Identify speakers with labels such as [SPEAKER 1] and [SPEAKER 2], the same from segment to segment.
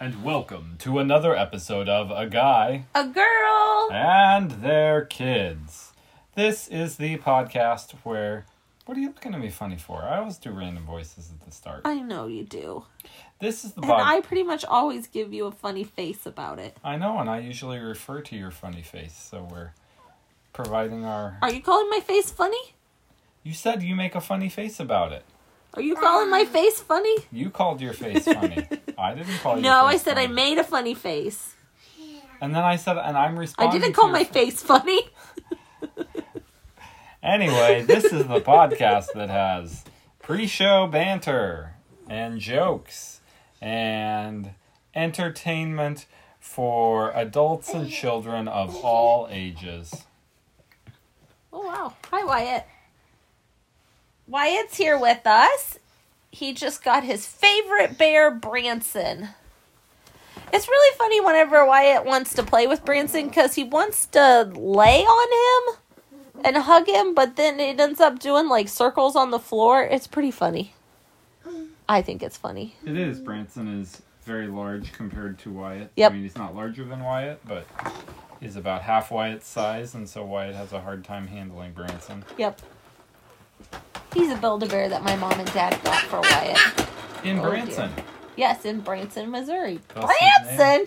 [SPEAKER 1] And welcome to another episode of A Guy
[SPEAKER 2] A girl.
[SPEAKER 1] and Their Kids. This is the podcast where. What are you looking at me funny for? I always do random voices at the start.
[SPEAKER 2] I know you do.
[SPEAKER 1] This is the
[SPEAKER 2] And I
[SPEAKER 1] podcast.
[SPEAKER 2] pretty much always give you a funny face about it.
[SPEAKER 1] I know, and I usually refer to your funny face, so we're providing our.
[SPEAKER 2] Are you calling my face funny?
[SPEAKER 1] You said you make a funny face about it.
[SPEAKER 2] Are you calling my face funny?
[SPEAKER 1] You called your face funny. I didn't call you.
[SPEAKER 2] No, I said I made a funny face.
[SPEAKER 1] And then I said, and I'm
[SPEAKER 2] I
[SPEAKER 1] responding.
[SPEAKER 2] didn't
[SPEAKER 1] to
[SPEAKER 2] call
[SPEAKER 1] your
[SPEAKER 2] my face funny.
[SPEAKER 1] Anyway, this is the podcast that has pre-show banter and jokes and entertainment for adults and children of all ages.
[SPEAKER 2] Oh wow. Hi Wyatt. Wyatt's here with us. He just got his favorite bear, Branson. It's really funny whenever Wyatt wants to play with Branson because he wants to lay on him and hug him, but then it ends up doing like circles on the floor. It's pretty funny. I think it's funny.
[SPEAKER 1] It is. Branson is very large compared to Wyatt.
[SPEAKER 2] Yep.
[SPEAKER 1] I mean, he's not larger than Wyatt, but he's about half Wyatt's size, and so Wyatt has a hard time handling Branson.
[SPEAKER 2] Yep. He's a Build a Bear that my mom and dad got for Wyatt.
[SPEAKER 1] In
[SPEAKER 2] Oh, dear.
[SPEAKER 1] Branson.
[SPEAKER 2] Yes, in Branson, Missouri.
[SPEAKER 1] That's his name.
[SPEAKER 2] Branson?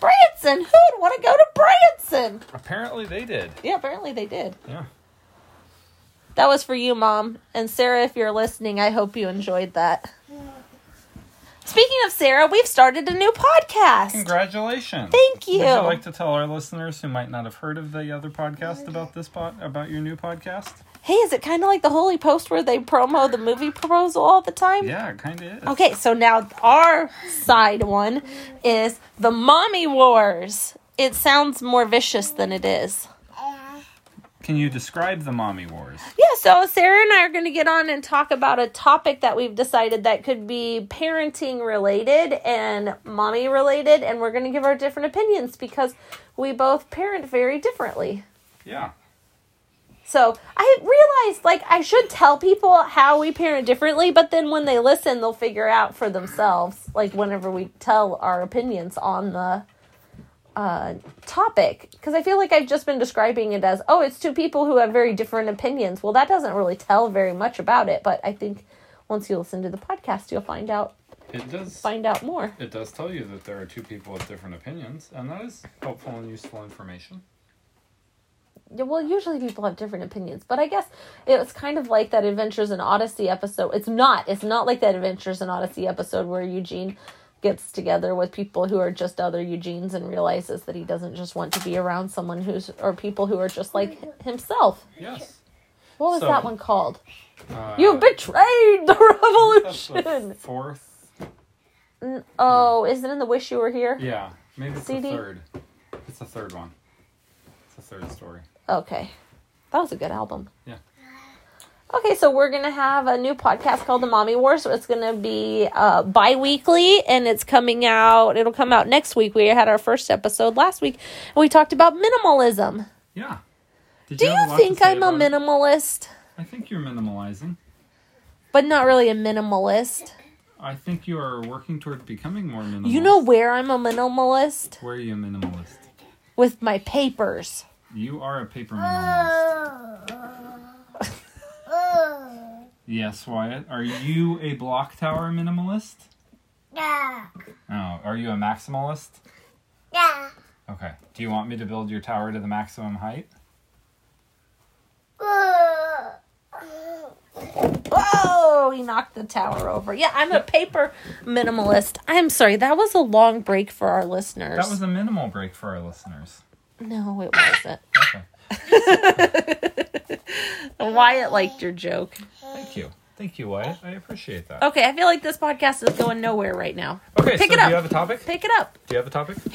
[SPEAKER 2] Branson? Who would want to go to Branson?
[SPEAKER 1] Apparently they did.
[SPEAKER 2] Yeah, apparently they did.
[SPEAKER 1] Yeah.
[SPEAKER 2] That was for you, Mom. And Sarah, if you're listening, I hope you enjoyed that. Speaking of Sarah, we've started a new podcast.
[SPEAKER 1] Congratulations.
[SPEAKER 2] Thank you.
[SPEAKER 1] Would you like to tell our listeners who might not have heard of the other podcast about this pod about your new podcast?
[SPEAKER 2] Hey, is it kind of like the Holy Post where they promo the movie proposal all the time?
[SPEAKER 1] Yeah, it kind of is.
[SPEAKER 2] Okay, so now our side one is the Mommy Wars. It sounds more vicious than it is.
[SPEAKER 1] Can you describe the Mommy Wars?
[SPEAKER 2] Yeah, so Sarah and I are going to get on and talk about a topic that we've decided that could be parenting related and mommy related, and we're going to give our different opinions because we both parent very differently.
[SPEAKER 1] Yeah.
[SPEAKER 2] So I realized, like, I should tell people how we parent differently, but then when they listen, they'll figure out for themselves, like, whenever we tell our opinions on the uh, topic. Because I feel like I've just been describing it as, oh, it's two people who have very different opinions. Well, that doesn't really tell very much about it, but I think once you listen to the podcast, you'll find out
[SPEAKER 1] It does
[SPEAKER 2] find out more.
[SPEAKER 1] it does tell you that there are two people with different opinions, and that is helpful and useful information.
[SPEAKER 2] Yeah, well, usually people have different opinions, but I guess it was kind of like that Adventures in Odyssey episode. It's not. It's not like that Adventures in Odyssey episode where Eugene gets together with people who are just other Eugenes and realizes that he doesn't just want to be around someone who's or people who are just like himself.
[SPEAKER 1] Yes.
[SPEAKER 2] What was
[SPEAKER 1] So-
[SPEAKER 2] that one called?
[SPEAKER 1] Uh,
[SPEAKER 2] you betrayed
[SPEAKER 1] that's
[SPEAKER 2] the
[SPEAKER 1] the
[SPEAKER 2] revolution.
[SPEAKER 1] fourth.
[SPEAKER 2] N- oh, isn't it in the Wish You Were Here?
[SPEAKER 1] Yeah, maybe it's the
[SPEAKER 2] CD.
[SPEAKER 1] third. It's the third one. It's the third story.
[SPEAKER 2] Okay, that was a good album.
[SPEAKER 1] Yeah.
[SPEAKER 2] Okay, so we're gonna have a new podcast called The Mommy Wars. So it's gonna be uh, bi-weekly, and it's coming out. It'll come out next week. We had our first episode last week, and we talked about minimalism.
[SPEAKER 1] Yeah. Did
[SPEAKER 2] Do
[SPEAKER 1] have a
[SPEAKER 2] you
[SPEAKER 1] lot to
[SPEAKER 2] think
[SPEAKER 1] say
[SPEAKER 2] I'm a
[SPEAKER 1] about it?
[SPEAKER 2] minimalist,
[SPEAKER 1] I think you're minimalizing.
[SPEAKER 2] but not really a minimalist?
[SPEAKER 1] I think you are working toward becoming more minimalist.
[SPEAKER 2] You know where I'm a minimalist
[SPEAKER 1] Where are you a minimalist?
[SPEAKER 2] with my papers.
[SPEAKER 1] You are a paper minimalist. yes, Wyatt. Are you a block tower minimalist?
[SPEAKER 3] Yeah.
[SPEAKER 1] No. Are you a maximalist?
[SPEAKER 3] Yeah.
[SPEAKER 1] Okay. Do you want me to build your tower to the maximum height?
[SPEAKER 2] Whoa! He knocked the tower over. Yeah, I'm a paper minimalist. I'm sorry, that was a long break for our listeners.
[SPEAKER 1] That was a minimal break for our listeners.
[SPEAKER 2] no, it wasn't.
[SPEAKER 1] Okay.
[SPEAKER 2] Wyatt liked your joke.
[SPEAKER 1] Thank you. Thank you, Wyatt. I appreciate that.
[SPEAKER 2] Okay, I feel like this podcast is going nowhere right now.
[SPEAKER 1] Okay,
[SPEAKER 2] Oh, pick
[SPEAKER 1] so
[SPEAKER 2] it
[SPEAKER 1] do
[SPEAKER 2] up.
[SPEAKER 1] you have a topic?
[SPEAKER 2] Pick it up.
[SPEAKER 1] Do you have a topic? What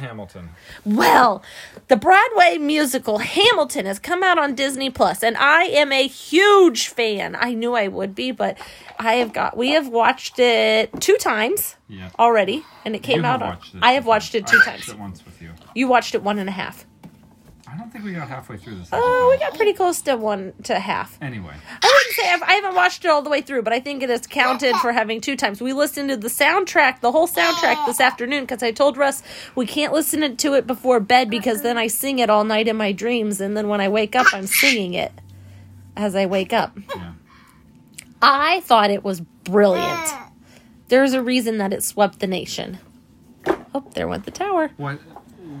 [SPEAKER 2] Hamilton!
[SPEAKER 1] Hamilton?
[SPEAKER 2] Well, the Broadway musical Hamilton has come out on Disney Plus, and I am a huge fan. I knew I would be, but I have got, we have watched it two times
[SPEAKER 1] Yeah.
[SPEAKER 2] already, and it came
[SPEAKER 1] You
[SPEAKER 2] out
[SPEAKER 1] have
[SPEAKER 2] on,
[SPEAKER 1] watched it
[SPEAKER 2] I have
[SPEAKER 1] two
[SPEAKER 2] watched it two
[SPEAKER 1] I watched
[SPEAKER 2] times.
[SPEAKER 1] it once with you.
[SPEAKER 2] You watched it one and a half.
[SPEAKER 1] I I don't think we got halfway through this.
[SPEAKER 2] Oh, we got pretty close to one to half.
[SPEAKER 1] Anyway,
[SPEAKER 2] I wouldn't say I've, I haven't watched it all the way through, but I think it is counted for having two times. We listened to the soundtrack, the whole soundtrack this afternoon because I told Russ we can't listen to it before bed because then I sing it all night in my dreams, and then when I wake up, I'm singing it as I wake up.
[SPEAKER 1] yeah.
[SPEAKER 2] I thought it was brilliant. There's a reason that it swept the nation. Oh, there went the tower.
[SPEAKER 1] What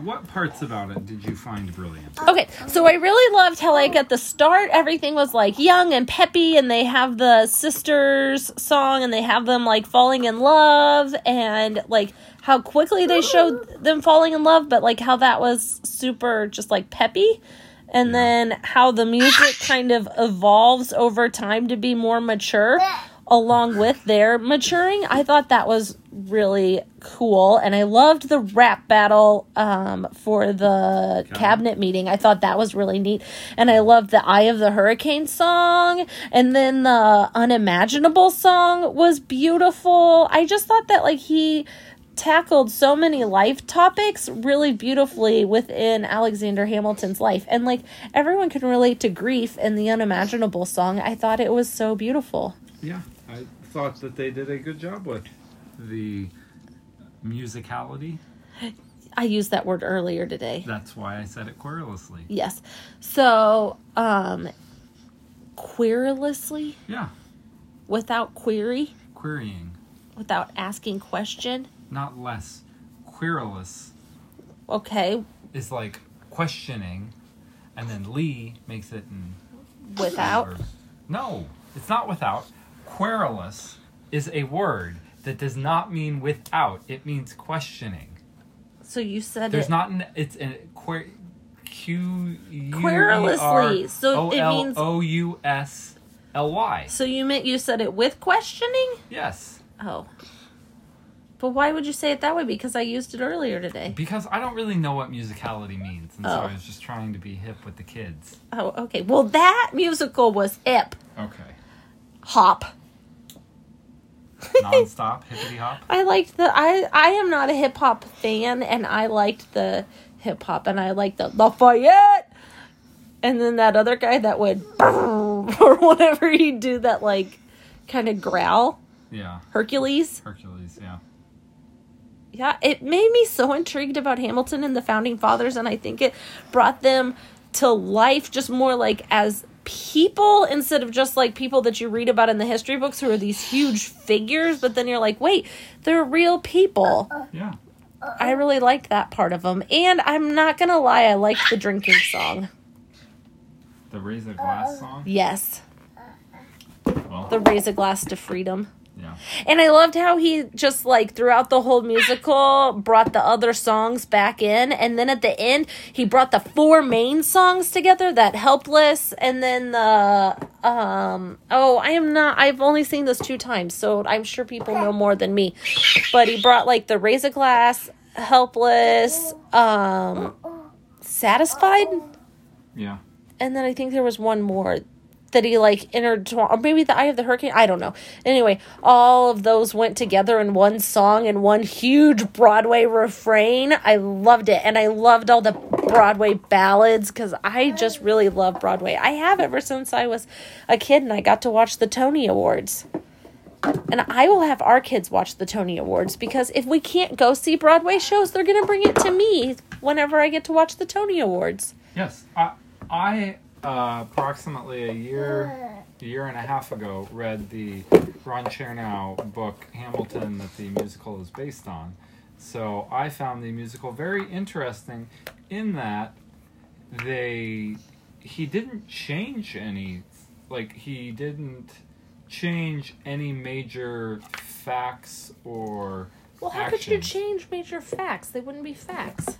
[SPEAKER 1] what parts about it did you find brilliant?
[SPEAKER 2] Okay, so I really loved how, like, at the start, everything was like young and peppy, and they have the sisters song, and they have them like falling in love, and like how quickly they showed them falling in love, but like how that was super just like peppy, and then how the music kind of evolves over time to be more mature along with their maturing. I thought that was really cool, and I loved the rap battle um, for the cabinet meeting. I thought that was really neat, and I loved the "Eye of the Hurricane" song, and then the "Unimaginable" song was beautiful. I just thought that like he tackled so many life topics really beautifully within Alexander Hamilton's life. And like everyone can relate to grief in the unimaginable song. I thought it was so beautiful.
[SPEAKER 1] Yeah, I thought that they did a good job with the musicality.
[SPEAKER 2] I used that word earlier today.
[SPEAKER 1] That's why I said it querulously.
[SPEAKER 2] Yes. So, um queerlessly,
[SPEAKER 1] Yeah,
[SPEAKER 2] without query,
[SPEAKER 1] querying,
[SPEAKER 2] without asking question.
[SPEAKER 1] not less. Querulous
[SPEAKER 2] Okay,
[SPEAKER 1] is like questioning, and then Lee makes it in
[SPEAKER 2] without
[SPEAKER 1] No, it's not without. Querulous is a word that does not mean without. It means questioning.
[SPEAKER 2] So you said
[SPEAKER 1] There's
[SPEAKER 2] it
[SPEAKER 1] not an. It's a quer. Q. E
[SPEAKER 2] Querulously. So it means-
[SPEAKER 1] O U S L Y.
[SPEAKER 2] So you meant you said it with questioning?
[SPEAKER 1] Yes,
[SPEAKER 2] Oh. But why would you say it that way? Because I used it earlier today.
[SPEAKER 1] because I don't really know what musicality means, and so
[SPEAKER 2] Oh.
[SPEAKER 1] I was just trying to be hip with the kids.
[SPEAKER 2] Oh, okay. Well, that musical was ip
[SPEAKER 1] Okay.
[SPEAKER 2] hop.
[SPEAKER 1] Non-stop hippity hop.
[SPEAKER 2] I liked the I I am not a hip hop fan, and I liked the hip hop, and I liked the Lafayette, and then that other guy that would or whatever he do that like kind of growl
[SPEAKER 1] Yeah.
[SPEAKER 2] Hercules.
[SPEAKER 1] Hercules. Yeah.
[SPEAKER 2] Yeah, it made me so intrigued about Hamilton and the founding fathers, and I think it brought them to life just more like as people instead of just like people that you read about in the history books who are these huge figures, but then you're like, wait, they're real people.
[SPEAKER 1] Yeah.
[SPEAKER 2] I really liked that part of them, and I'm not gonna lie, I liked the drinking song.
[SPEAKER 1] The raise a glass song.
[SPEAKER 2] Yes,
[SPEAKER 1] Well.
[SPEAKER 2] the raise a glass to freedom.
[SPEAKER 1] yeah.
[SPEAKER 2] And I loved how he just like throughout the whole musical brought the other songs back in. And then at the end, he brought the four main songs together that Helpless and then the, um, oh, I am not, I've only seen this two times, so I'm sure people know more than me. But he brought like the Raise a Glass, Helpless, um, Satisfied.
[SPEAKER 1] Yeah.
[SPEAKER 2] And then I think there was one more that he like intertwined, or maybe the Eye of the Hurricane. I don't know. Anyway, all of those went together in one song and one huge Broadway refrain. I loved it, and I loved all the Broadway ballads because I just really love Broadway. I have ever since I was a kid, and I got to watch the Tony Awards. And I will have our kids watch the Tony Awards because if we can't go see Broadway shows, they're going to bring it to me whenever I get to watch the Tony Awards.
[SPEAKER 1] Yes, I, I uh, approximately a year, a year and a half ago, read the Ron Chernow book Hamilton that the musical is based on. So I found the musical very interesting, in that they he didn't change any, like he didn't change any major facts or.
[SPEAKER 2] Well, how could you
[SPEAKER 1] actions.
[SPEAKER 2] change major facts? They wouldn't be facts.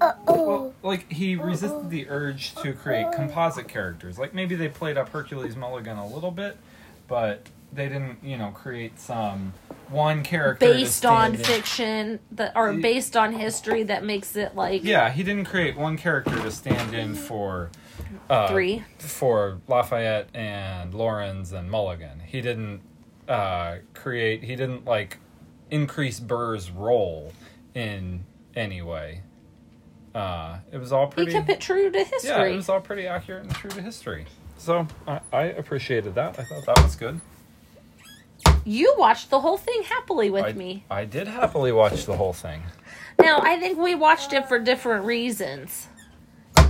[SPEAKER 1] Well, like he resisted the urge to create composite characters. Like maybe they played up Hercules Mulligan a little bit, but they didn't, you know, create some one character to
[SPEAKER 2] Based on
[SPEAKER 1] stand in-
[SPEAKER 2] fiction that or
[SPEAKER 1] Y-
[SPEAKER 2] based on history that makes it like
[SPEAKER 1] Yeah, he didn't create one character to stand in for uh,
[SPEAKER 2] three.
[SPEAKER 1] for Lafayette and Lawrence and Mulligan. He didn't uh, create. He didn't like increase Burr's role in any way. Uh, it was all
[SPEAKER 2] He
[SPEAKER 1] pretty.
[SPEAKER 2] kept it true to history.
[SPEAKER 1] yeah, it was all pretty accurate and true to history. So I, I appreciated that. I thought that was good.
[SPEAKER 2] You watched the whole thing happily with
[SPEAKER 1] I,
[SPEAKER 2] me.
[SPEAKER 1] I did happily watch the whole thing.
[SPEAKER 2] Now, I think we watched it for different reasons.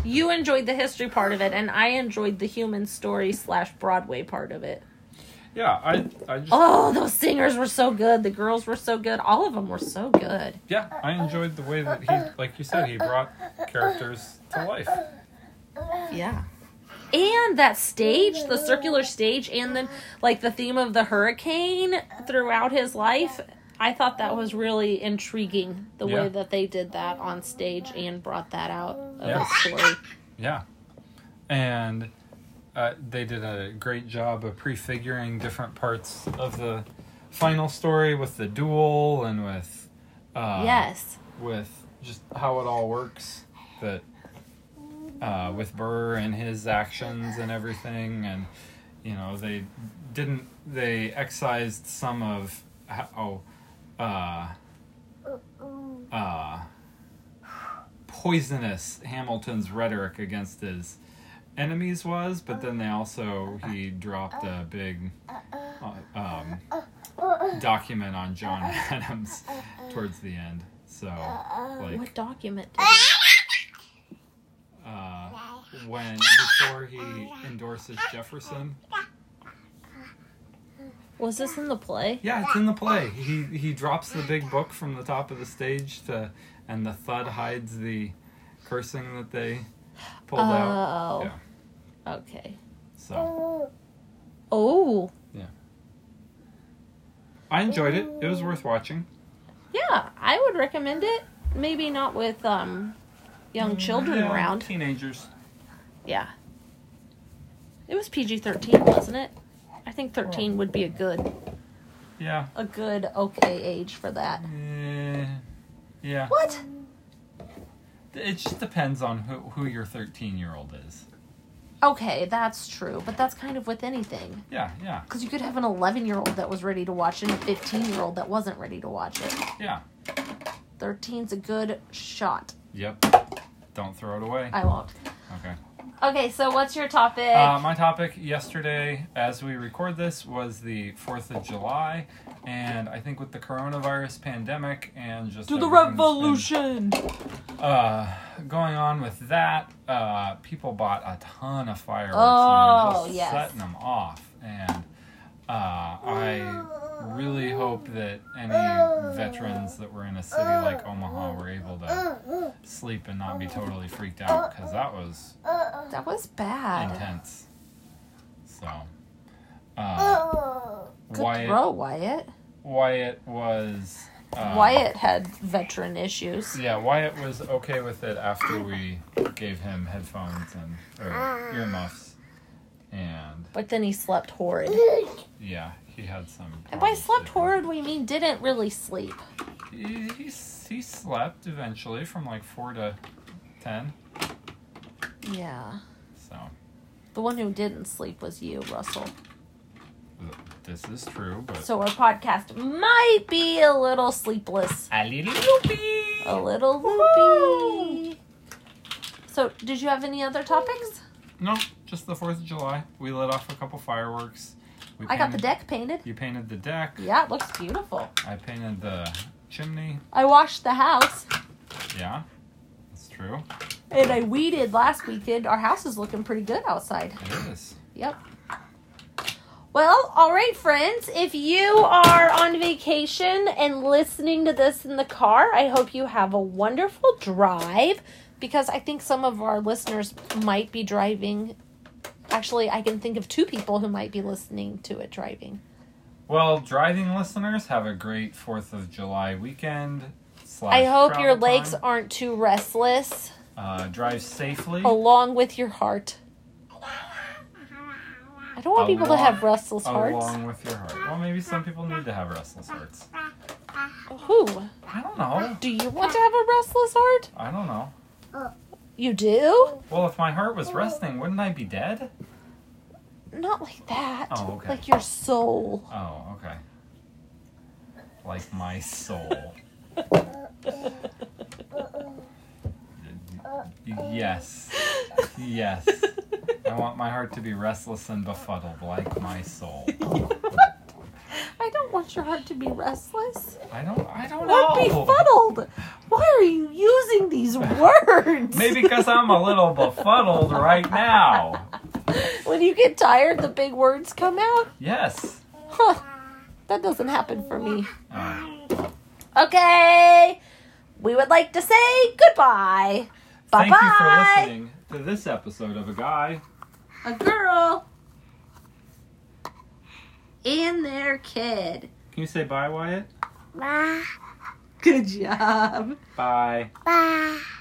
[SPEAKER 2] You enjoyed the history part of it, and I enjoyed the human story slash Broadway part of it.
[SPEAKER 1] Yeah, I, I just,
[SPEAKER 2] Oh, those singers were so good. The girls were so good. All of them were so good.
[SPEAKER 1] yeah, I enjoyed the way that he, like you said, he brought characters to life.
[SPEAKER 2] Yeah. And that stage, the circular stage, and then like the theme of the hurricane throughout his life. I thought that was really intriguing the
[SPEAKER 1] Yeah.
[SPEAKER 2] way that they did that on stage and brought that out of
[SPEAKER 1] Yeah.
[SPEAKER 2] his story.
[SPEAKER 1] Yeah, and uh, they did a great job of prefiguring different parts of the final story with the duel and with uh,
[SPEAKER 2] yes.
[SPEAKER 1] with just how it all works that uh, with Burr and his actions and everything and you know they didn't they excised some of how uh, uh, poisonous Hamilton's rhetoric against his enemies was but then they also he dropped a big uh, um, document on John Adams towards the end so like
[SPEAKER 2] What document did he
[SPEAKER 1] uh, when before he endorses Jefferson.
[SPEAKER 2] Was this in the play?
[SPEAKER 1] Yeah, it's in the play. He he drops the big book from the top of the stage to, and the thud hides the cursing that they pulled out.
[SPEAKER 2] Oh.
[SPEAKER 1] Yeah.
[SPEAKER 2] Okay.
[SPEAKER 1] So
[SPEAKER 2] Oh,
[SPEAKER 1] I enjoyed it. It was worth watching.
[SPEAKER 2] yeah. I would recommend it. Maybe not with um, young children
[SPEAKER 1] Yeah,
[SPEAKER 2] around.
[SPEAKER 1] Teenagers.
[SPEAKER 2] Yeah. It was PG thirteen, wasn't it? I think thirteen would be a good,
[SPEAKER 1] Yeah.
[SPEAKER 2] a good, okay age for that.
[SPEAKER 1] Eh, yeah.
[SPEAKER 2] What?
[SPEAKER 1] It just depends on who who your thirteen year old is.
[SPEAKER 2] Okay, that's true, but that's kind of with anything.
[SPEAKER 1] Yeah. Yeah.
[SPEAKER 2] Because you could have an 11 year old that was ready to watch it and a 15 year old that wasn't ready to watch it.
[SPEAKER 1] Yeah.
[SPEAKER 2] 13's a good shot.
[SPEAKER 1] Yep. Don't throw it away.
[SPEAKER 2] I won't.
[SPEAKER 1] Okay.
[SPEAKER 2] Okay, so what's your topic?
[SPEAKER 1] Uh, my topic yesterday, as we record this, was the 4th of July. And I think with the coronavirus pandemic and just. everything that's been, uh, going on with that, uh, people bought a ton of fireworks. and
[SPEAKER 2] Oh,
[SPEAKER 1] were just
[SPEAKER 2] yes.
[SPEAKER 1] Setting them off. And uh, I really hope that any veterans that were in a city like Omaha were able to sleep and not be totally freaked out because that was
[SPEAKER 2] That was bad.
[SPEAKER 1] intense. So,
[SPEAKER 2] Oh,
[SPEAKER 1] uh,
[SPEAKER 2] Good
[SPEAKER 1] Wyatt
[SPEAKER 2] throw, Wyatt.
[SPEAKER 1] Wyatt was uh,
[SPEAKER 2] Wyatt had veteran issues.
[SPEAKER 1] Yeah, Wyatt was okay with it after we gave him headphones and
[SPEAKER 2] Ah.
[SPEAKER 1] or earmuffs, and
[SPEAKER 2] But then he slept horrid.
[SPEAKER 1] yeah, he had some.
[SPEAKER 2] And by slept
[SPEAKER 1] problems
[SPEAKER 2] horrid, we mean didn't really sleep.
[SPEAKER 1] sleeping. He, he s- he slept eventually from like four to ten.
[SPEAKER 2] Yeah.
[SPEAKER 1] So
[SPEAKER 2] The one who didn't sleep was you, Russell.
[SPEAKER 1] th- this is true, but
[SPEAKER 2] So our podcast might be a little sleepless,
[SPEAKER 1] a little loopy.
[SPEAKER 2] a little loopy. So, did you have any other topics?
[SPEAKER 1] No, just the Fourth of July. We lit off a couple fireworks. We
[SPEAKER 2] I got the
[SPEAKER 1] painted-
[SPEAKER 2] deck painted.
[SPEAKER 1] You painted the deck.
[SPEAKER 2] Yeah, it looks beautiful.
[SPEAKER 1] I painted the chimney.
[SPEAKER 2] I washed the house
[SPEAKER 1] Yeah, that's true.
[SPEAKER 2] and I weeded last weekend. Our house is looking pretty good outside.
[SPEAKER 1] It is.
[SPEAKER 2] Yep. Well, all right, friends. If you are on vacation and listening to this in the car, I hope you have a wonderful drive because I think some of our listeners might be driving. Actually, I can think of two people who might be listening to it driving.
[SPEAKER 1] Well, driving listeners, have a great Fourth of July weekend. slash
[SPEAKER 2] I hope
[SPEAKER 1] travel
[SPEAKER 2] your legs
[SPEAKER 1] time.
[SPEAKER 2] aren't too restless,
[SPEAKER 1] Uh, drive safely.
[SPEAKER 2] along with your heart. I don't want people to
[SPEAKER 1] Along-
[SPEAKER 2] have restless hearts.
[SPEAKER 1] Along with your heart. Well, maybe some people need to have restless hearts.
[SPEAKER 2] Who?
[SPEAKER 1] I don't know.
[SPEAKER 2] Do you want to have a restless heart?
[SPEAKER 1] I don't know.
[SPEAKER 2] You do?
[SPEAKER 1] Well, if my heart was resting, wouldn't I be dead?
[SPEAKER 2] Not like that.
[SPEAKER 1] Oh, okay.
[SPEAKER 2] Like your soul.
[SPEAKER 1] Oh, okay. Like my soul. Yes. Yes. I want my heart to be restless and befuddled like my soul.
[SPEAKER 2] I don't want your heart to be restless
[SPEAKER 1] I don't I don't
[SPEAKER 2] or
[SPEAKER 1] know.
[SPEAKER 2] befuddled. Why are you using these words?
[SPEAKER 1] Maybe because I'm a little befuddled right now.
[SPEAKER 2] when you get tired, the big words come out.
[SPEAKER 1] Yes.
[SPEAKER 2] Huh. That doesn't happen for me.
[SPEAKER 1] Uh,
[SPEAKER 2] Okay. We would like to say goodbye. Bye
[SPEAKER 1] thank you for
[SPEAKER 2] bye.
[SPEAKER 1] listening to this episode of A Guy.
[SPEAKER 2] A girl and their kid.
[SPEAKER 1] Can you say bye, Wyatt?
[SPEAKER 3] Bye.
[SPEAKER 2] Good job.
[SPEAKER 1] Bye.
[SPEAKER 3] Bye.